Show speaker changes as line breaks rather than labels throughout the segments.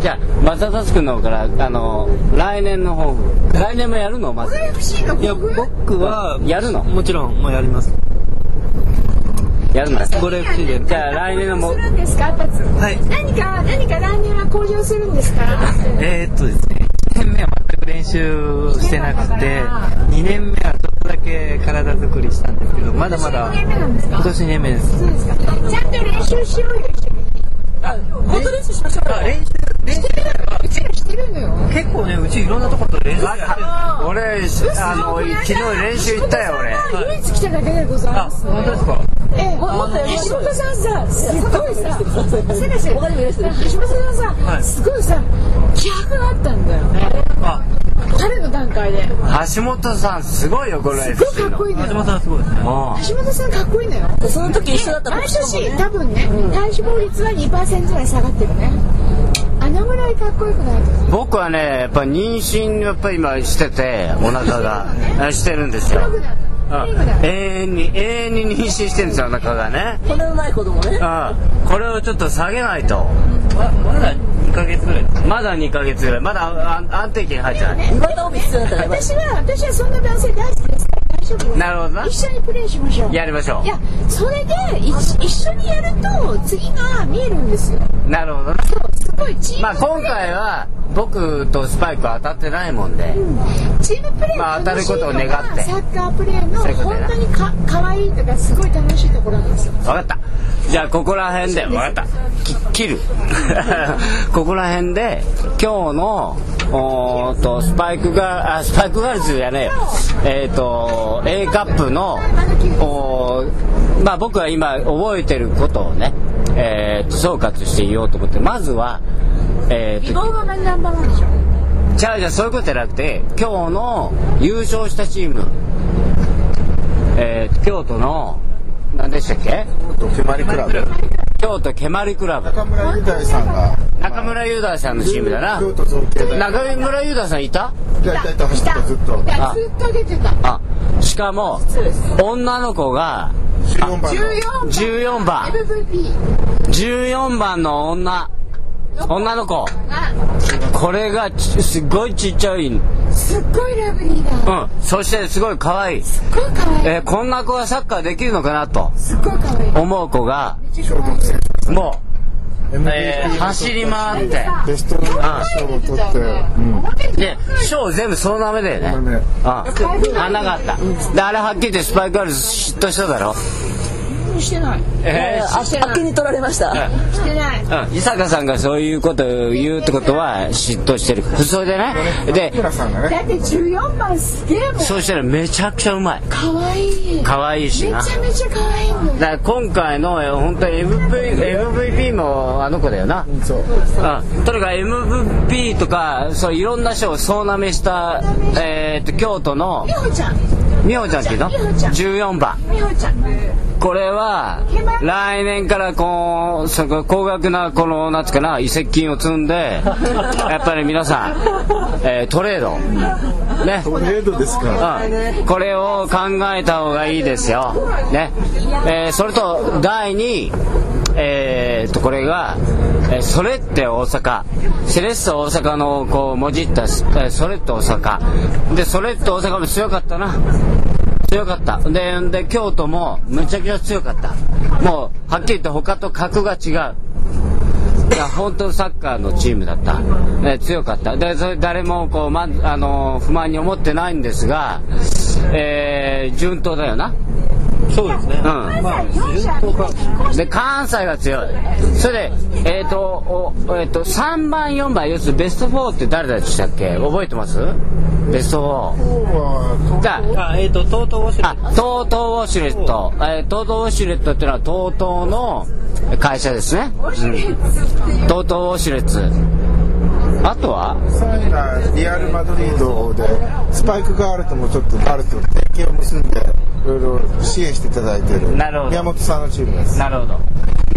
じゃあ松田達君の方からあの来年の抱負来年もやるのまず
いや僕は
やるの
もちろんもうやります
やるの
これ FC で
じゃあ来年のも
するんですかタツ
はい
何か何か来年は向上するんですか
えー、っとですね1年目は全く練習してなくて2年目はちょっとだけ体作りしたんですけどまだまだ
何年目なんです
今
か
年2年目です
そうですかちゃんと練習しようよ一緒に
本当練習しましょう練習練習
うちらしてるのよ
結構ねうちいろんなとこと練習やってる
俺あの昨日練習行ったよ俺
あ唯一来ただけでございます
本当ですか
ええ橋本さんさすっごいさせなせ橋本さん
は
さ
い
すごいさ気迫があったんだよね
あ
彼の段階です
橋本さんすごいよこれ
ごいかっこいいの
松
よ
本さんすごいですね
も
橋本さんかっこいいのよ
その時一緒だった
毎
僕とも
年多分ね体脂肪率は2%ぐらい下がってるねあのぐらいかっこよくないと
う僕はねやっぱ妊娠やっぱ今しててお腹があしてるんですよ
黒くなる
うん永遠に永遠に妊娠してるんですよお腹がね
骨のない子供ね
うんこれをちょっと下げないと
ままだ2ヶ月ぐらいです
まだ2ヶ月ぐらいまだああ安定期に入ってない
岩田帯必要だったらやばい
私は私はそんな男性大好きですから大丈夫よ
なるほどな
一緒にプレーしましょう
やりましょ
いやそれで一一緒にやると次が見えるんですよ
うなるほどな
そうすごいチーム、
まあ今回は僕とスパイクは当たってないもんで
チームプレー
まあ
の楽しいの
当たること
が
を願って
サッカープレーの
そういうこと
本
やな
当にか可愛いとかすごい楽しいところなんですよ
分かったじゃあここら辺で分かったき切る ここら辺で今日のおーっとスパイクがあスパイクガールズじゃねえよえーっ、と A カップのおーまあ僕は今覚えてることをね、えーっと総括して言おうと思ってまずはえーっ
美
と
貌がマンナンバーワンでしょ
じゃあじゃあそういうことじゃなくて今日の優勝したチームえーっと京都の何でしたっけ
決まりクラブ
京都蹴鞠クラブ
中村雄大さんが
中村雄大さんのチームだな
京都造形大学
中村雄大さんいた
いやいたいた走ってたずっと
いや
あ
ずっと出てた
あしかも女の子が
14番の
14
14
番
番 MVP
14番の女女の子
が
これがちすっごいちっちゃいうん
すっごいラブリーだ
そしてすごい可愛い
すっごい可愛い
えーこんな子がサッカーできるのかなと
すっごい可愛い
思う子が
賞も選
も
手
う、えー
MVP
走り回って
ベストナンバー賞を取って、うん、
で賞全部総なめだよね
総なめ
うん花があったであれはっきり言ってスパイクガールズ嫉妬しただろ
してない
えー
あっけに取られました
してない
うん、伊坂さんがそういうことを言うってことは嫉妬してるそれでねで
村さんがね
だって14番すげえもん
そうしたらめちゃくちゃうまい
可愛い
可愛いし
めち
な
ゃめちゃ可愛いもん
だから今回のえ本当に MV MVP もあの子だよな、うん、
そう
とにかく MVP とかそういろんな賞を総なめした、えー、と京都の
美穂ちゃん
美穂ちゃんっていうの
美穂ちゃん
14番
美穂ちゃん
これは来年からこうその高額なこのなんつうかな移籍金を積んでやっぱり皆さん、えートレードね
トレードですから
うん、これを考えた方がいいですよ、ねえーそれと第2位、えーっとこれが、えーそれって大阪セレッソ大阪のこうもじったすえーそれって大阪でそれって大阪も強かったな強かったでで京都もむちゃくちゃ強かったもうはっきり言って他と格が違ういや本当サッカーのチームだった、ね、強かったでそれ誰もこう、まあの不満に思ってないんですが、えー順当だよな、
そうですね
うん
まあ順当か
で関西が強いそれで、えーとおえー、と3番4番要するにベスト4って誰でしたっけ覚えてますベスト
今日は
4だ
あえっ、ー、と TOTO ウォシュレ
あ
ッ
TOTO
ト
ウォシュレット、えー、TOTO ウォシュレットっていうのは TOTO の会社ですね、うん、TOTO ウォシュレットあとは
3位がリアル・マドリードでスパイクガールともちょっとガールと提携を結んでいろいろ支援していただいている
なるほど
宮本さんのチームです
なるほど。だ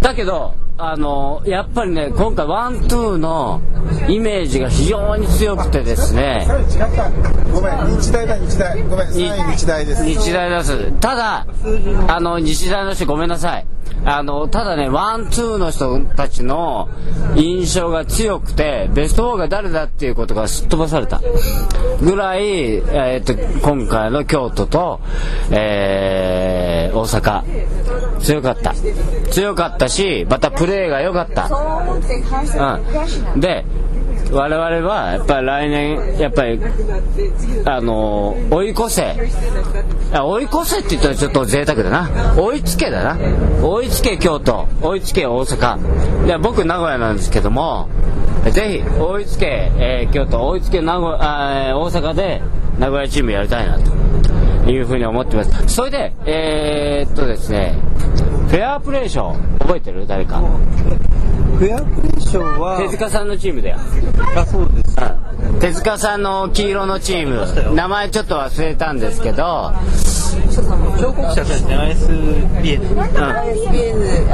だけど、あのやっぱりね、今回、ワン・ツーのイメージが非常に強くてですね、
3位違ったごめん日大だ日大ごめん3位日大です
日大です。ただ、あの、日大の人ごめんなさい。あの、ただね、ワン、ツーの人たちの印象が強くて、ベスト4が誰だっていうことがすっ飛ばされた。ぐらい、えーっと、今回の京都と、えー、大阪、強かった。強かったし、またプレーが良かった。うん、で我々はやっぱり来年やっぱりあの追い越せあ追い越せって言ったらちょっと贅沢だな追いつけだな追いつけ京都追いつけ大阪で僕名古屋なんですけどもぜひ追いつけ、えー京都追いつけ名古あー大阪で名古屋チームやりたいなというふうに思ってますそれでえー、っとですねフェアプレー賞覚えてる誰か
フェアプレー賞は
手塚さんのチームだよ
あそうです
手塚さんの黄色のチーム名前ちょっと忘れたんですけど、
彫刻者たち ISBN
うん、あ
ISBN、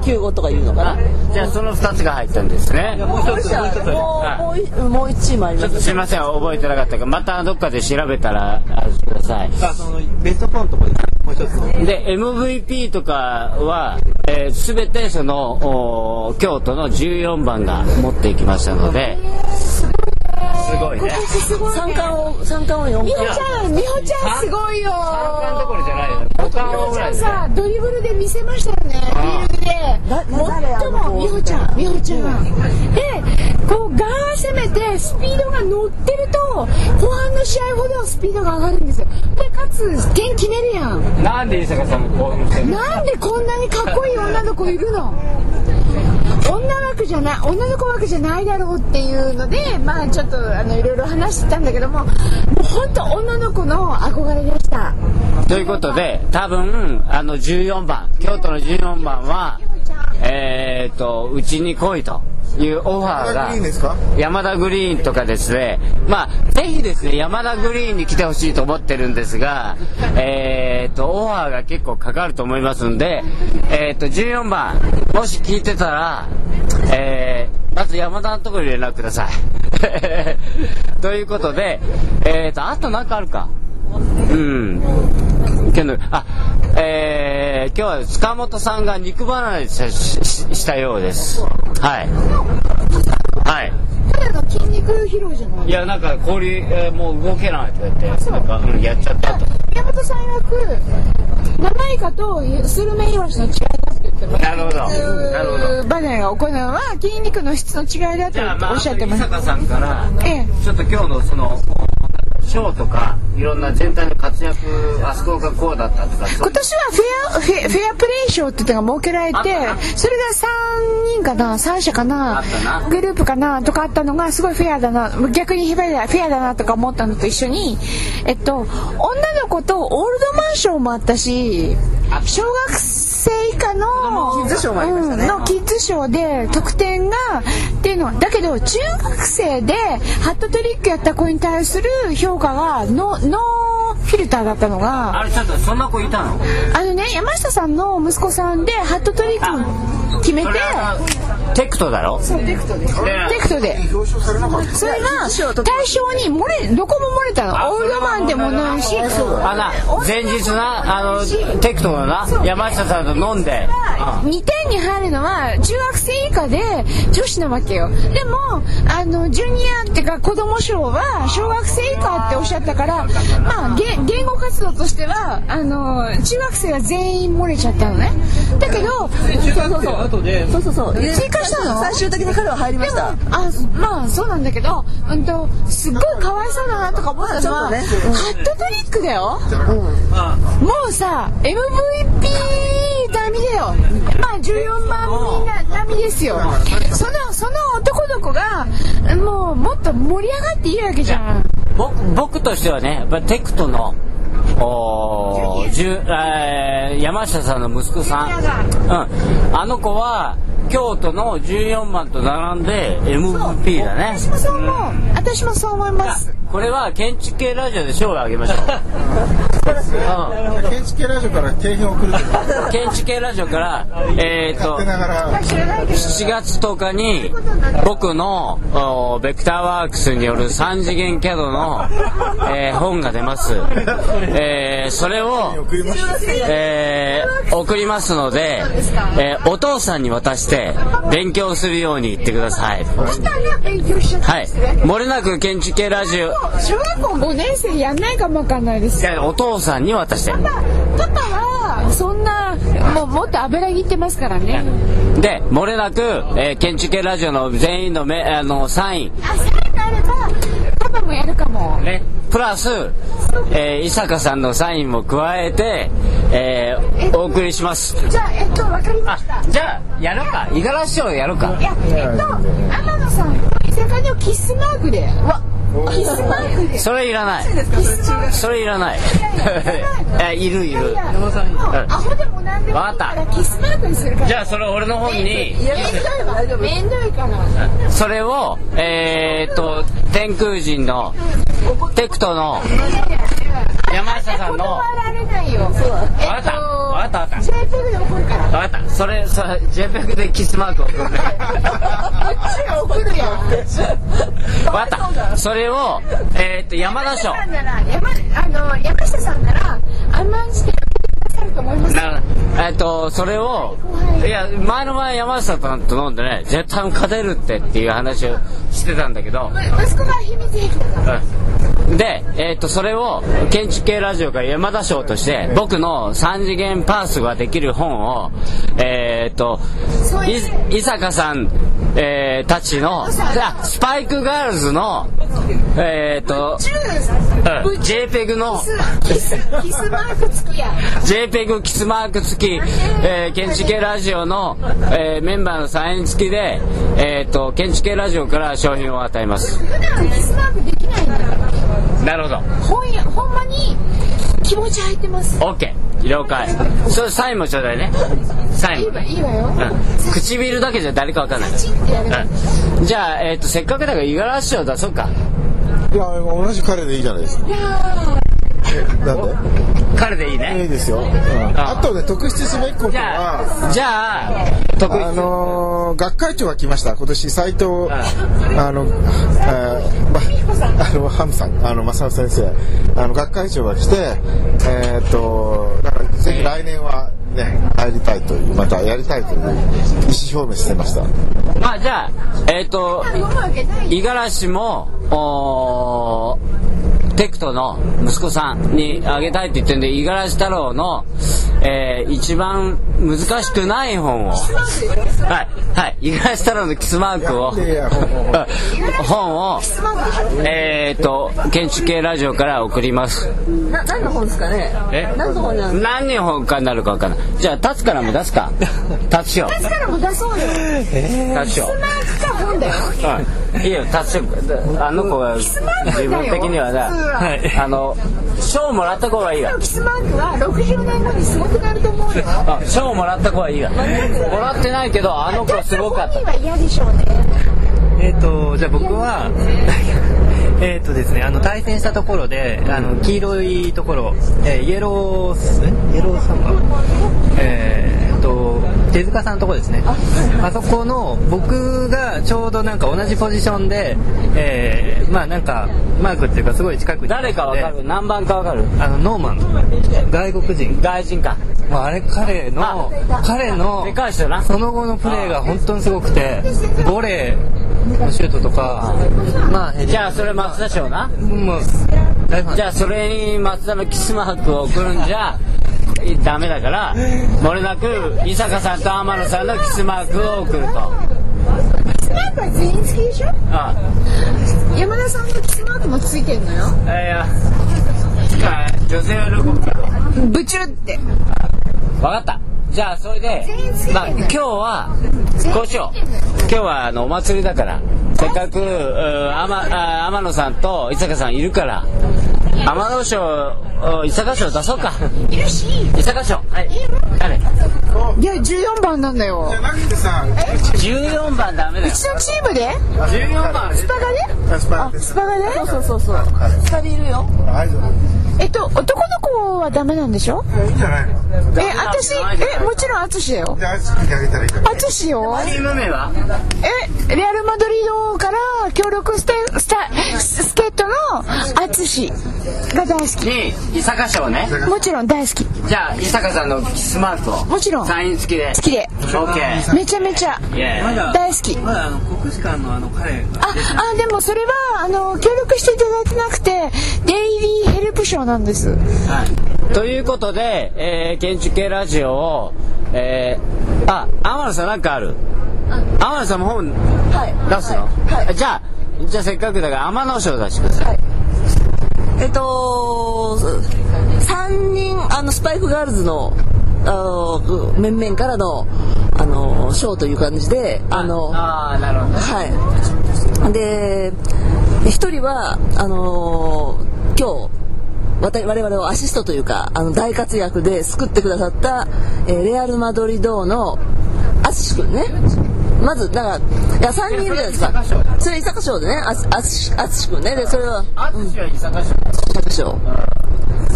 ISBN42395 とか言うのかな。
じゃあその2つが入ったんですね
もう一つもう一つありま
もう、もういもう一チームあり
ちょ
ま
っとす
す。
いません覚えてなかったからまたどっかで調べたらあしてください
すあそのベスト4のとこですねもう一つの
で MVP とかは、えー、全てそのおー京都の14番が持っていきましたのです
ごいね
すごい
三
ね
冠を、三冠を
美
4
穂ち
冠。
ゃん美穂ちゃんすごいよ
どころじゃないよ五
美
冠
穂
ぐ
ち
ら
ゃ
い
ん
で
さドリブルで見せましたよねフィールドで
だ
最も美穂ちゃん美穂ちゃんでこうガン攻めてスピードが乗ってると後半の試合ほどスピードが上がるんですよでかつ点決めるやん
なんで伊坂さんも興奮してる
なんでこんなにかっこいい女の子いるの女枠じゃない女の子枠じゃないだろうっていうのでまあちょっとあのいろいろ話してたんだけどももう本当女の子の憧れでした
ということで多分あの14番京都の14番はえー、とうちに来いというオファーが
いいんですか
山田グリーンとかですねまあぜひですね山田グリーンに来てほしいと思ってるんですがえー、とオファーが結構かかると思いますんでえー、と14番もし聞いてたらえーまず山田のところに連絡ください。 ということで、えーと、あと何かあるかうん。けど、あ、えー、今日は塚本さんが肉離れしたしししたようです。はい。はい。
ただの筋肉披露じゃない
いや、なんか氷、えーもう動けないとか言って、なんか、うん、やっちゃったと。
宮本さん曰く生イカとスルメイワシの違いだって言ってます
なるほど。なるほど。
バネが起こるのは筋肉の質の違いだと
じゃあ、まあ、
おっしゃって
伊
ます、
坂さんから、
ええ
ちょっと今日のその、ショーとか、いろんな全体の活躍、あそこがこうだったとか、そう
今年はフェアフェフェアプレイ賞っていうのが設けられて
あったな
それが3人かな3社か
あ
な
ったな
グループかなとかあったのがすごいフェアだな逆にフェアだなとか思ったのと一緒に、えっと、女の子とオールドマンションもあったし小学生以下の
キッズ賞もありましたね
うんのキッズショーで得点がっていうのはだけど中学生でハットトリックやった子に対する評価がノノーフィルターだったのが。
あれ、ちょっと、そんな子いたの
あのね山下さんの息子さんでハットトリックを決めて
それはテクトだろ
そうテクトでテクトで
表彰されなかった
それが対象に漏れどこも漏れた
あ
のオールドマンでもないし
あな前日なあのテクトのな山下さんと飲んで
2点に入るのは中学生以下で女子なわけよでもあのジュニアっていうか子供賞は小学生以下っておっしゃったからまあげ言語活動としてはあの中学生は全員漏れちゃったのねだけど
後で
そうそうそう。
追加したの
最終的に彼は入りま
で
し
も
た。
あまあそうなんだけど、うん、とすっごいかわいそうだなとか思ったのは、
まあちょっとね
ハットトリックだよ
まあ
もうさ MVP 並みだよまあ14万人並みですよそのその男の子がもうもっと盛り上がっていいわけじゃん
僕僕としてはねやっぱりテクトのおーじゅえー山下さんの息子さん、うん、あの子は京都の14番と並んで MVP だね
私もそう思う私もそう思います
これは建築系ラジオで賞をあげましょう
建築系ラジオから提言を送るとか
うん建築系ラジオから、えー、と
勝手ながら
7月10日に僕のおベクターワークスによる3次元キャドの、えー本が出ます、えーそれを、
送りました
えー送りますので、えーお父さんに渡して勉強するように言ってください
勉強しちゃった
はい漏れなく建築系ラジオい
小学校5年生やんないかもわかんないですよ
やお父さんに渡して
パパはそんなもうもっと油切ってますからね
で漏れなく、えー建築系ラジオの全員のめあのサイン
あサインがあればパパもやるかも
ね、プラス、えー、伊坂さんのサインも加えて、えー、お送りします。
じゃあえっとわかりました
じゃあ、やろうか。五十嵐賞やろうか
い。やえっと天野さんこの居酒屋をキスマークでわキスマークで
それいらない。それいらない。 え、いるいる。
もうアホでもなんでもいいからキスマークにするから
じゃあ、それ俺の方に、
めんどいわめんどいから
それを、えー、っと、天空人の、テクトの、山下さんの、わ
断られないよ
かった。わかったわかっ
JPEG で怒るから
た。わかった。それ、それ、JPEG でキスマークを送る。
こっちが怒るよ
わかった。それを、えー、っと、山田賞。
山下さんなら山あの山下さんなら甘んじてやってくださると思います
なえっとそれをいや前の前山下さんと飲んでね絶対勝てるってっていう話をしてたんだけど、
息子が秘密兵器だか
う
ら
んで、えっとそれを建築系ラジオから山田賞として僕の三次元パースができる本をえっと
そういう
い伊坂さん、えーたちのあスパイクガールズのえっと、うん JPEG の
キスキスマーク付きや
JPEG キスマーク付き、えー建築系ラジオの、えーメンバーのサイン付きで、えー、と建築系ラジオから商品を与えます
普段キスマークできないんだから
なるほど
本やほんまに気持ち入ってます
OK 了解それサインもちょうだいねサイ
いい
ンも
わ、いいわよ
うん、唇だけじゃ誰かわかんない、
チンってやれば
うん、じゃあ、えー、とせっかくだから五十嵐賞出そうか
いや同じ彼でいいじゃないですかなん
彼でいい
でいい
ね
ですよ、うんあとね特筆すべきこと
じゃ
は
あじゃあ得意
あのー学会長が来ました、今年斉藤、あの、えーま あの、ハムさん、あの、正雄先生、あの、学会長が来て、えーっと、だから、ぜひ来年は、ね、入りたいという、またやりたいという意思表明してました。
まあじゃあえっ、と
飲むわけない
五十嵐もおーテクトの息子さんにあげたいって言ってんで五十嵐太郎の、えー一番難しくない本をはいはい五十嵐太郎のキスマークを
いやいやほんほんほ
本をえー、と建築系ラジオから送ります
な何の本ですかね
え
何の本なんで
何本かになるか分かんないじゃあ立つからも出すか立つよ
だからもう出そうよ
立つよ
マークか本だよ
いいよ達成あの子が自分的にはな、
はい
あの賞もらった子はいいわ
キスマークは60年後にすごくなると思うよ
あ賞もらった子はいいわもらってないけどあの子はすごかっ
本
た
人は嫌でしょうね
えっ、とじゃあ僕は えっとですねあの対戦したところであの黄色いところ、えーイエロースイエローサンバえーっと手塚さんのところですねあそこの僕がちょうどなんか同じポジションで、えーまあなんかマークっていうかすごい近くに
誰かわかる何番かわかる
あのノーマン外国人
外人か
まあ、あれ彼の彼の
でかい人な
その後のプレーが本当にすごくてボレーのシュートとかまあヘディング
じゃあそれ松田賞な
もう大ファン
じゃあそれに松田のキスマークを送るんじゃいダメだからもれなく伊坂さんと天野さんのキスマークを送ると
キスマークは全員付きでしょ
あ
山田さんのキスマークもついてんのよ
あいやあ女性は喜ぶか
ブチュって
わかったじゃあそれで
全員ついて、んの
まあ、今日はこうしよう今日はあのお祭りだからせっかくうー天あ天野さんと伊坂さんいるから天野賞お伊坂賞出そうか
いるし
伊坂賞はい誰
いや14番なんだよ
じゃなくてさ、
14番ダメだよ
うちのチームで
14番
スパがね
あスパ
あ
ラで
ス
す
パがね
そうそうそうそう二人いるよ
アイドル
えっと男の子はダメなんでしょ
いいんじゃないの
え私えもちろん淳だよ
じゃあアイス聞いてあげたらいいから
淳よ
チーム名は
えレアル・マドリードから協力してスタススケットの淳が大好
に伊坂賞ね
きもちろん大好き
じゃあ伊坂さんのキスマークを
もちろん
サイン付きで
好きで
OK
めちゃめちゃ
イエーイ
まだ
大好き
まだあの国士舘のあの彼が
ああでもそれはあの協力していただいてなくてデイリーヘルプ賞なんです
ということで、えー建築系ラジオを、えーあ天野さんなんかある天野さんも本
はい
出すの、
はい、はい
じゃあじゃあせっかくだから天野賞出してください、
はいえっと3人あのスパイクガールズのあの面々からのあのショーという感じであの
ああなるほど
はい。で、一人は、あのー今日、わた我々をアシストというか、あの、大活躍で救ってくださった、えーレアル・マドリドーの、アシシ君ね。まず、だから、いや、3人いるじゃないですか。それ、伊坂賞でね、アシアシアシシ君ね。で、それは、
淳は伊坂賞
伊坂賞。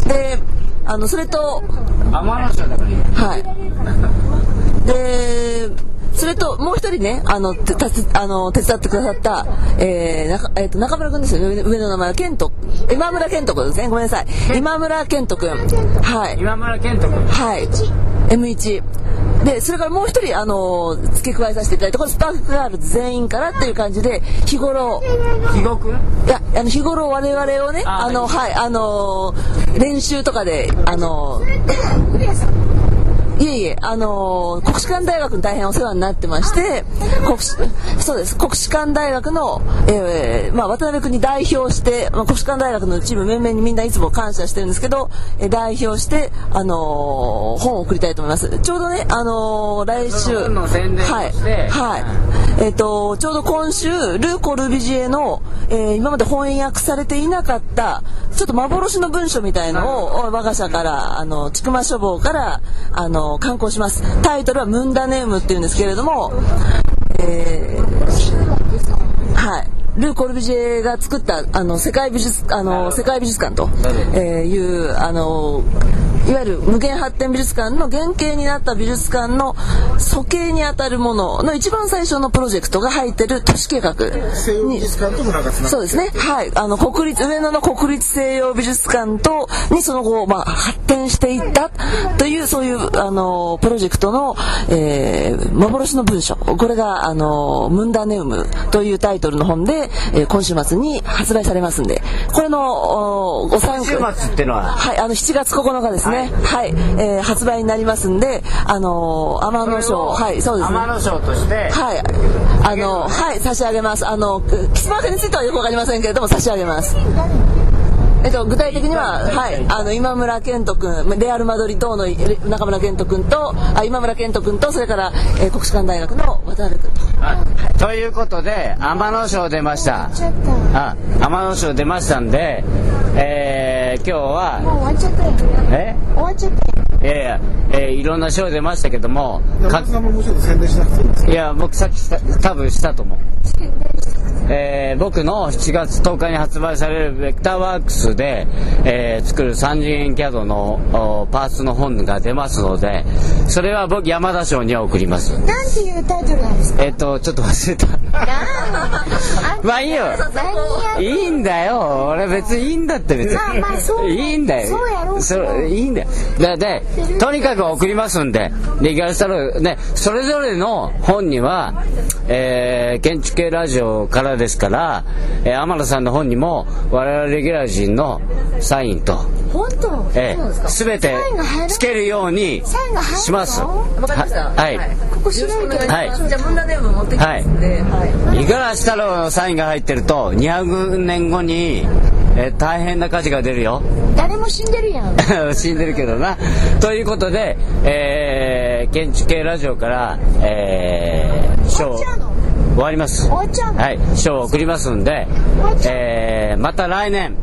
で、あの、それと、
天野賞だからいい
はい。で、それともう一人ね、あの、てたつあの手伝ってくださった、えーなかえーと中村君ですよね、上上の名前は健人、今村健人君ですね、ごめんなさい。今村健人君。はい。
今村健人君
はい。M1。で、それからもう一人、あの付け加えさせていただいた、このスパークガールズ全員からっていう感じで、日頃、
肥後君
いや、あの日頃我々をね、
あ
あの、はい、あのー練習とかで、あのーいえいえ、あのー国士舘大学に大変お世話になってまして、国士そうです、国士舘大学の、えーまあ、渡辺君に代表して、まあ、国士舘大学のチーム面々にみんないつも感謝してるんですけど、えー代表して、あのー本を送りたいと思います。ちょうどね、あのー来週、
本の宣伝をして
はい、はい。えっ、と、ちょうど今週、ルーコ・ルビジエの、えー今まで翻訳されていなかった、ちょっと幻の文書みたいのを、我が社から、あの、千曲書房から、あの、刊行します。タイトルはムンダネームっていうんですけれども、えーはい。ルー・コルビジェが作ったあの世界美術あの世界美術館と、えーいうあのいわゆる無限発展美術館の原型になった美術館の素形にあたるものの一番最初のプロジェクトが入ってる都市計画
西洋美
に
術館ともなんかつな
そう
が
ですね。はい。あの、国立、上野の国立西洋美術館と、にその後、まあ、発展していったという、そういう、あの、プロジェクトの、えー幻の文書。これが、あの、ムンダネウムというタイトルの本で、えー今週末に発売されますんで、これの、おご参
週
加。
末ってのは
はい、あの7月9日ですね。はい、えー発売になりますんで、あの天野賞、はい、そうですね。
天野賞として
はい。あの、はい、差し上げます。あの、キスマークについてはよくわかりませんけれども、差し上げます。えっと、具体的には、はい、あの、今村健人君、レアル・マドリドーのえ中村健人君と、あ、今村健人君と、それから、えー国士舘大学の渡辺君と。
ということで天野賞出ました
ちょっとも
あ天野賞出ましたんでえー、今日は
う終わっちゃったよ
え
終わっちゃったよ
いやいや、えーいろんな賞出ましたけども
山
か
本さんももうちょっと宣伝しなくていいんです
いや僕さっきした多分したと思う、えー僕の7月10日に発売されるベクターワークスで、えー作る三次元キャドのおパーツの本が出ますのでそれは僕山田賞には送ります
なんていうタイトルなんですか
えっ、とちょっと忘れた まあいいよ
何や
いいんだよ俺別にいいんだって別に
まあまあそう
いいんだよ
そうやろうけど
れいいんだよだでとにかく送りますんででギャルサロねそれぞれの本には、えー建築系ラジオからですから、えー天野さんの本にも我々レギュラー陣のサインと、
本当
えー、全て
サインが入る
つけるように
サインが入るの
します
わかりました。
はいはい
ここ白いとこ
はい
じゃあ、ムンダネーム持ってきますんで、はい。
五十嵐太郎のサインが入ってると200年後に、えー大変な価値が出るよ
誰も死んでるや ん
死んでるけどな。ということで、えー、建築系ラジオから、えー、賞
終わっちゃうの
終わります。
終わっちゃうの
はい、賞を送りますんで
わっちゃ、う
えー、また来年、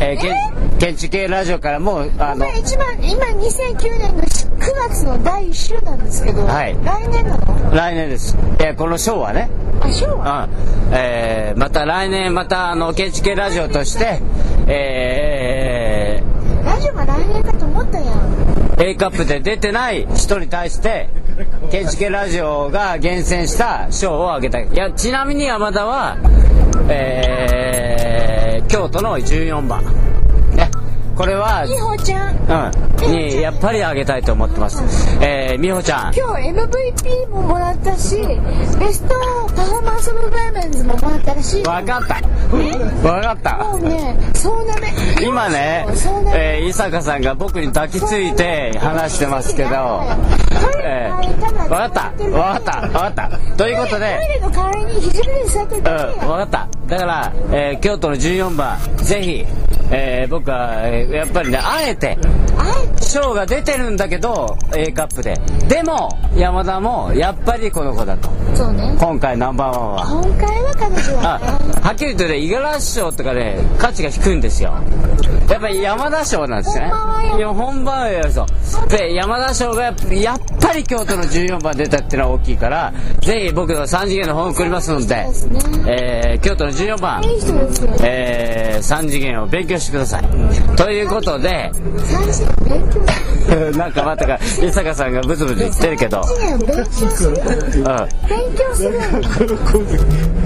えーけん建築系ラジオからもう、あ
こ
の、
れ一番今2009年の9月の第1週なんですけど、
はい
来年なの
来年です。えー、この賞はね、
あそ
う
う
んえーまた来年またあのケチケラジオとして、え
ラジオが来年かと思ったやん
ー、A カップで出てない人に対してケチケラジオが厳選した賞をあげたいいやちなみに山田は、えー、京都の14番、ね、これは、
美穂ちゃん
うん、にやっぱりあげたいと思ってます、えー、美穂ちゃん
今日 MVP ももらったしベストパフォーマンス・オブ・ダイメンズももらったらしい
わかったわかった
もうねそうなめ
今ね
そうな、め
えー、伊坂さんが僕に抱きついて話してますけど、えー、わかったわかったわかったということで
トイレの代わりに肘ぐらい座ってて、
うん、わかった。だから、えー京都の14番、ぜひ、えー僕は、えーやっぱりね、あえて、賞が出てるんだけど、A カップで。でも、山田も、やっぱりこの子だと。
そうね
今回ナンバーワンは。
今回は彼女
あ
はね
はっきり言うとね、五十嵐賞とかね、価値が低いんですよ。やっぱり山田賞なんですね。いや、本番はやるぞ。で、山田賞がやっぱやっぱり京都の14番出たっていうのは大きいから、ぜひ僕の3次元の本を送りますので、
そうですね
えー京都の14番、
いい人ですよ
え3次元を勉強してください。ということで、
三次元勉強す
なんかまたか、伊坂さんがブツブツ言ってるけど、
る勉強する
うん。
勉強する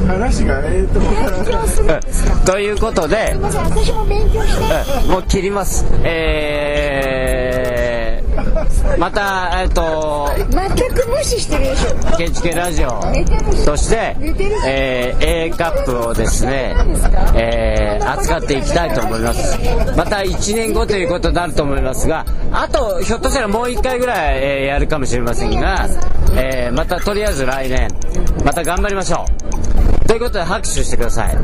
話がええと
勉強するんですよ
ということで、
まず私も勉強して
もう切ります。えー、また、えっ、と、
全く無視してるでしょ
KHK ラジオとして、えー A カップをですね、えー扱っていきたいと思います。また1年後ということになると思いますが、あと、ひょっとしたらもう1回ぐらい、えーやるかもしれませんが、えーまたとりあえず来年、また頑張りましょう。ということで拍手してください。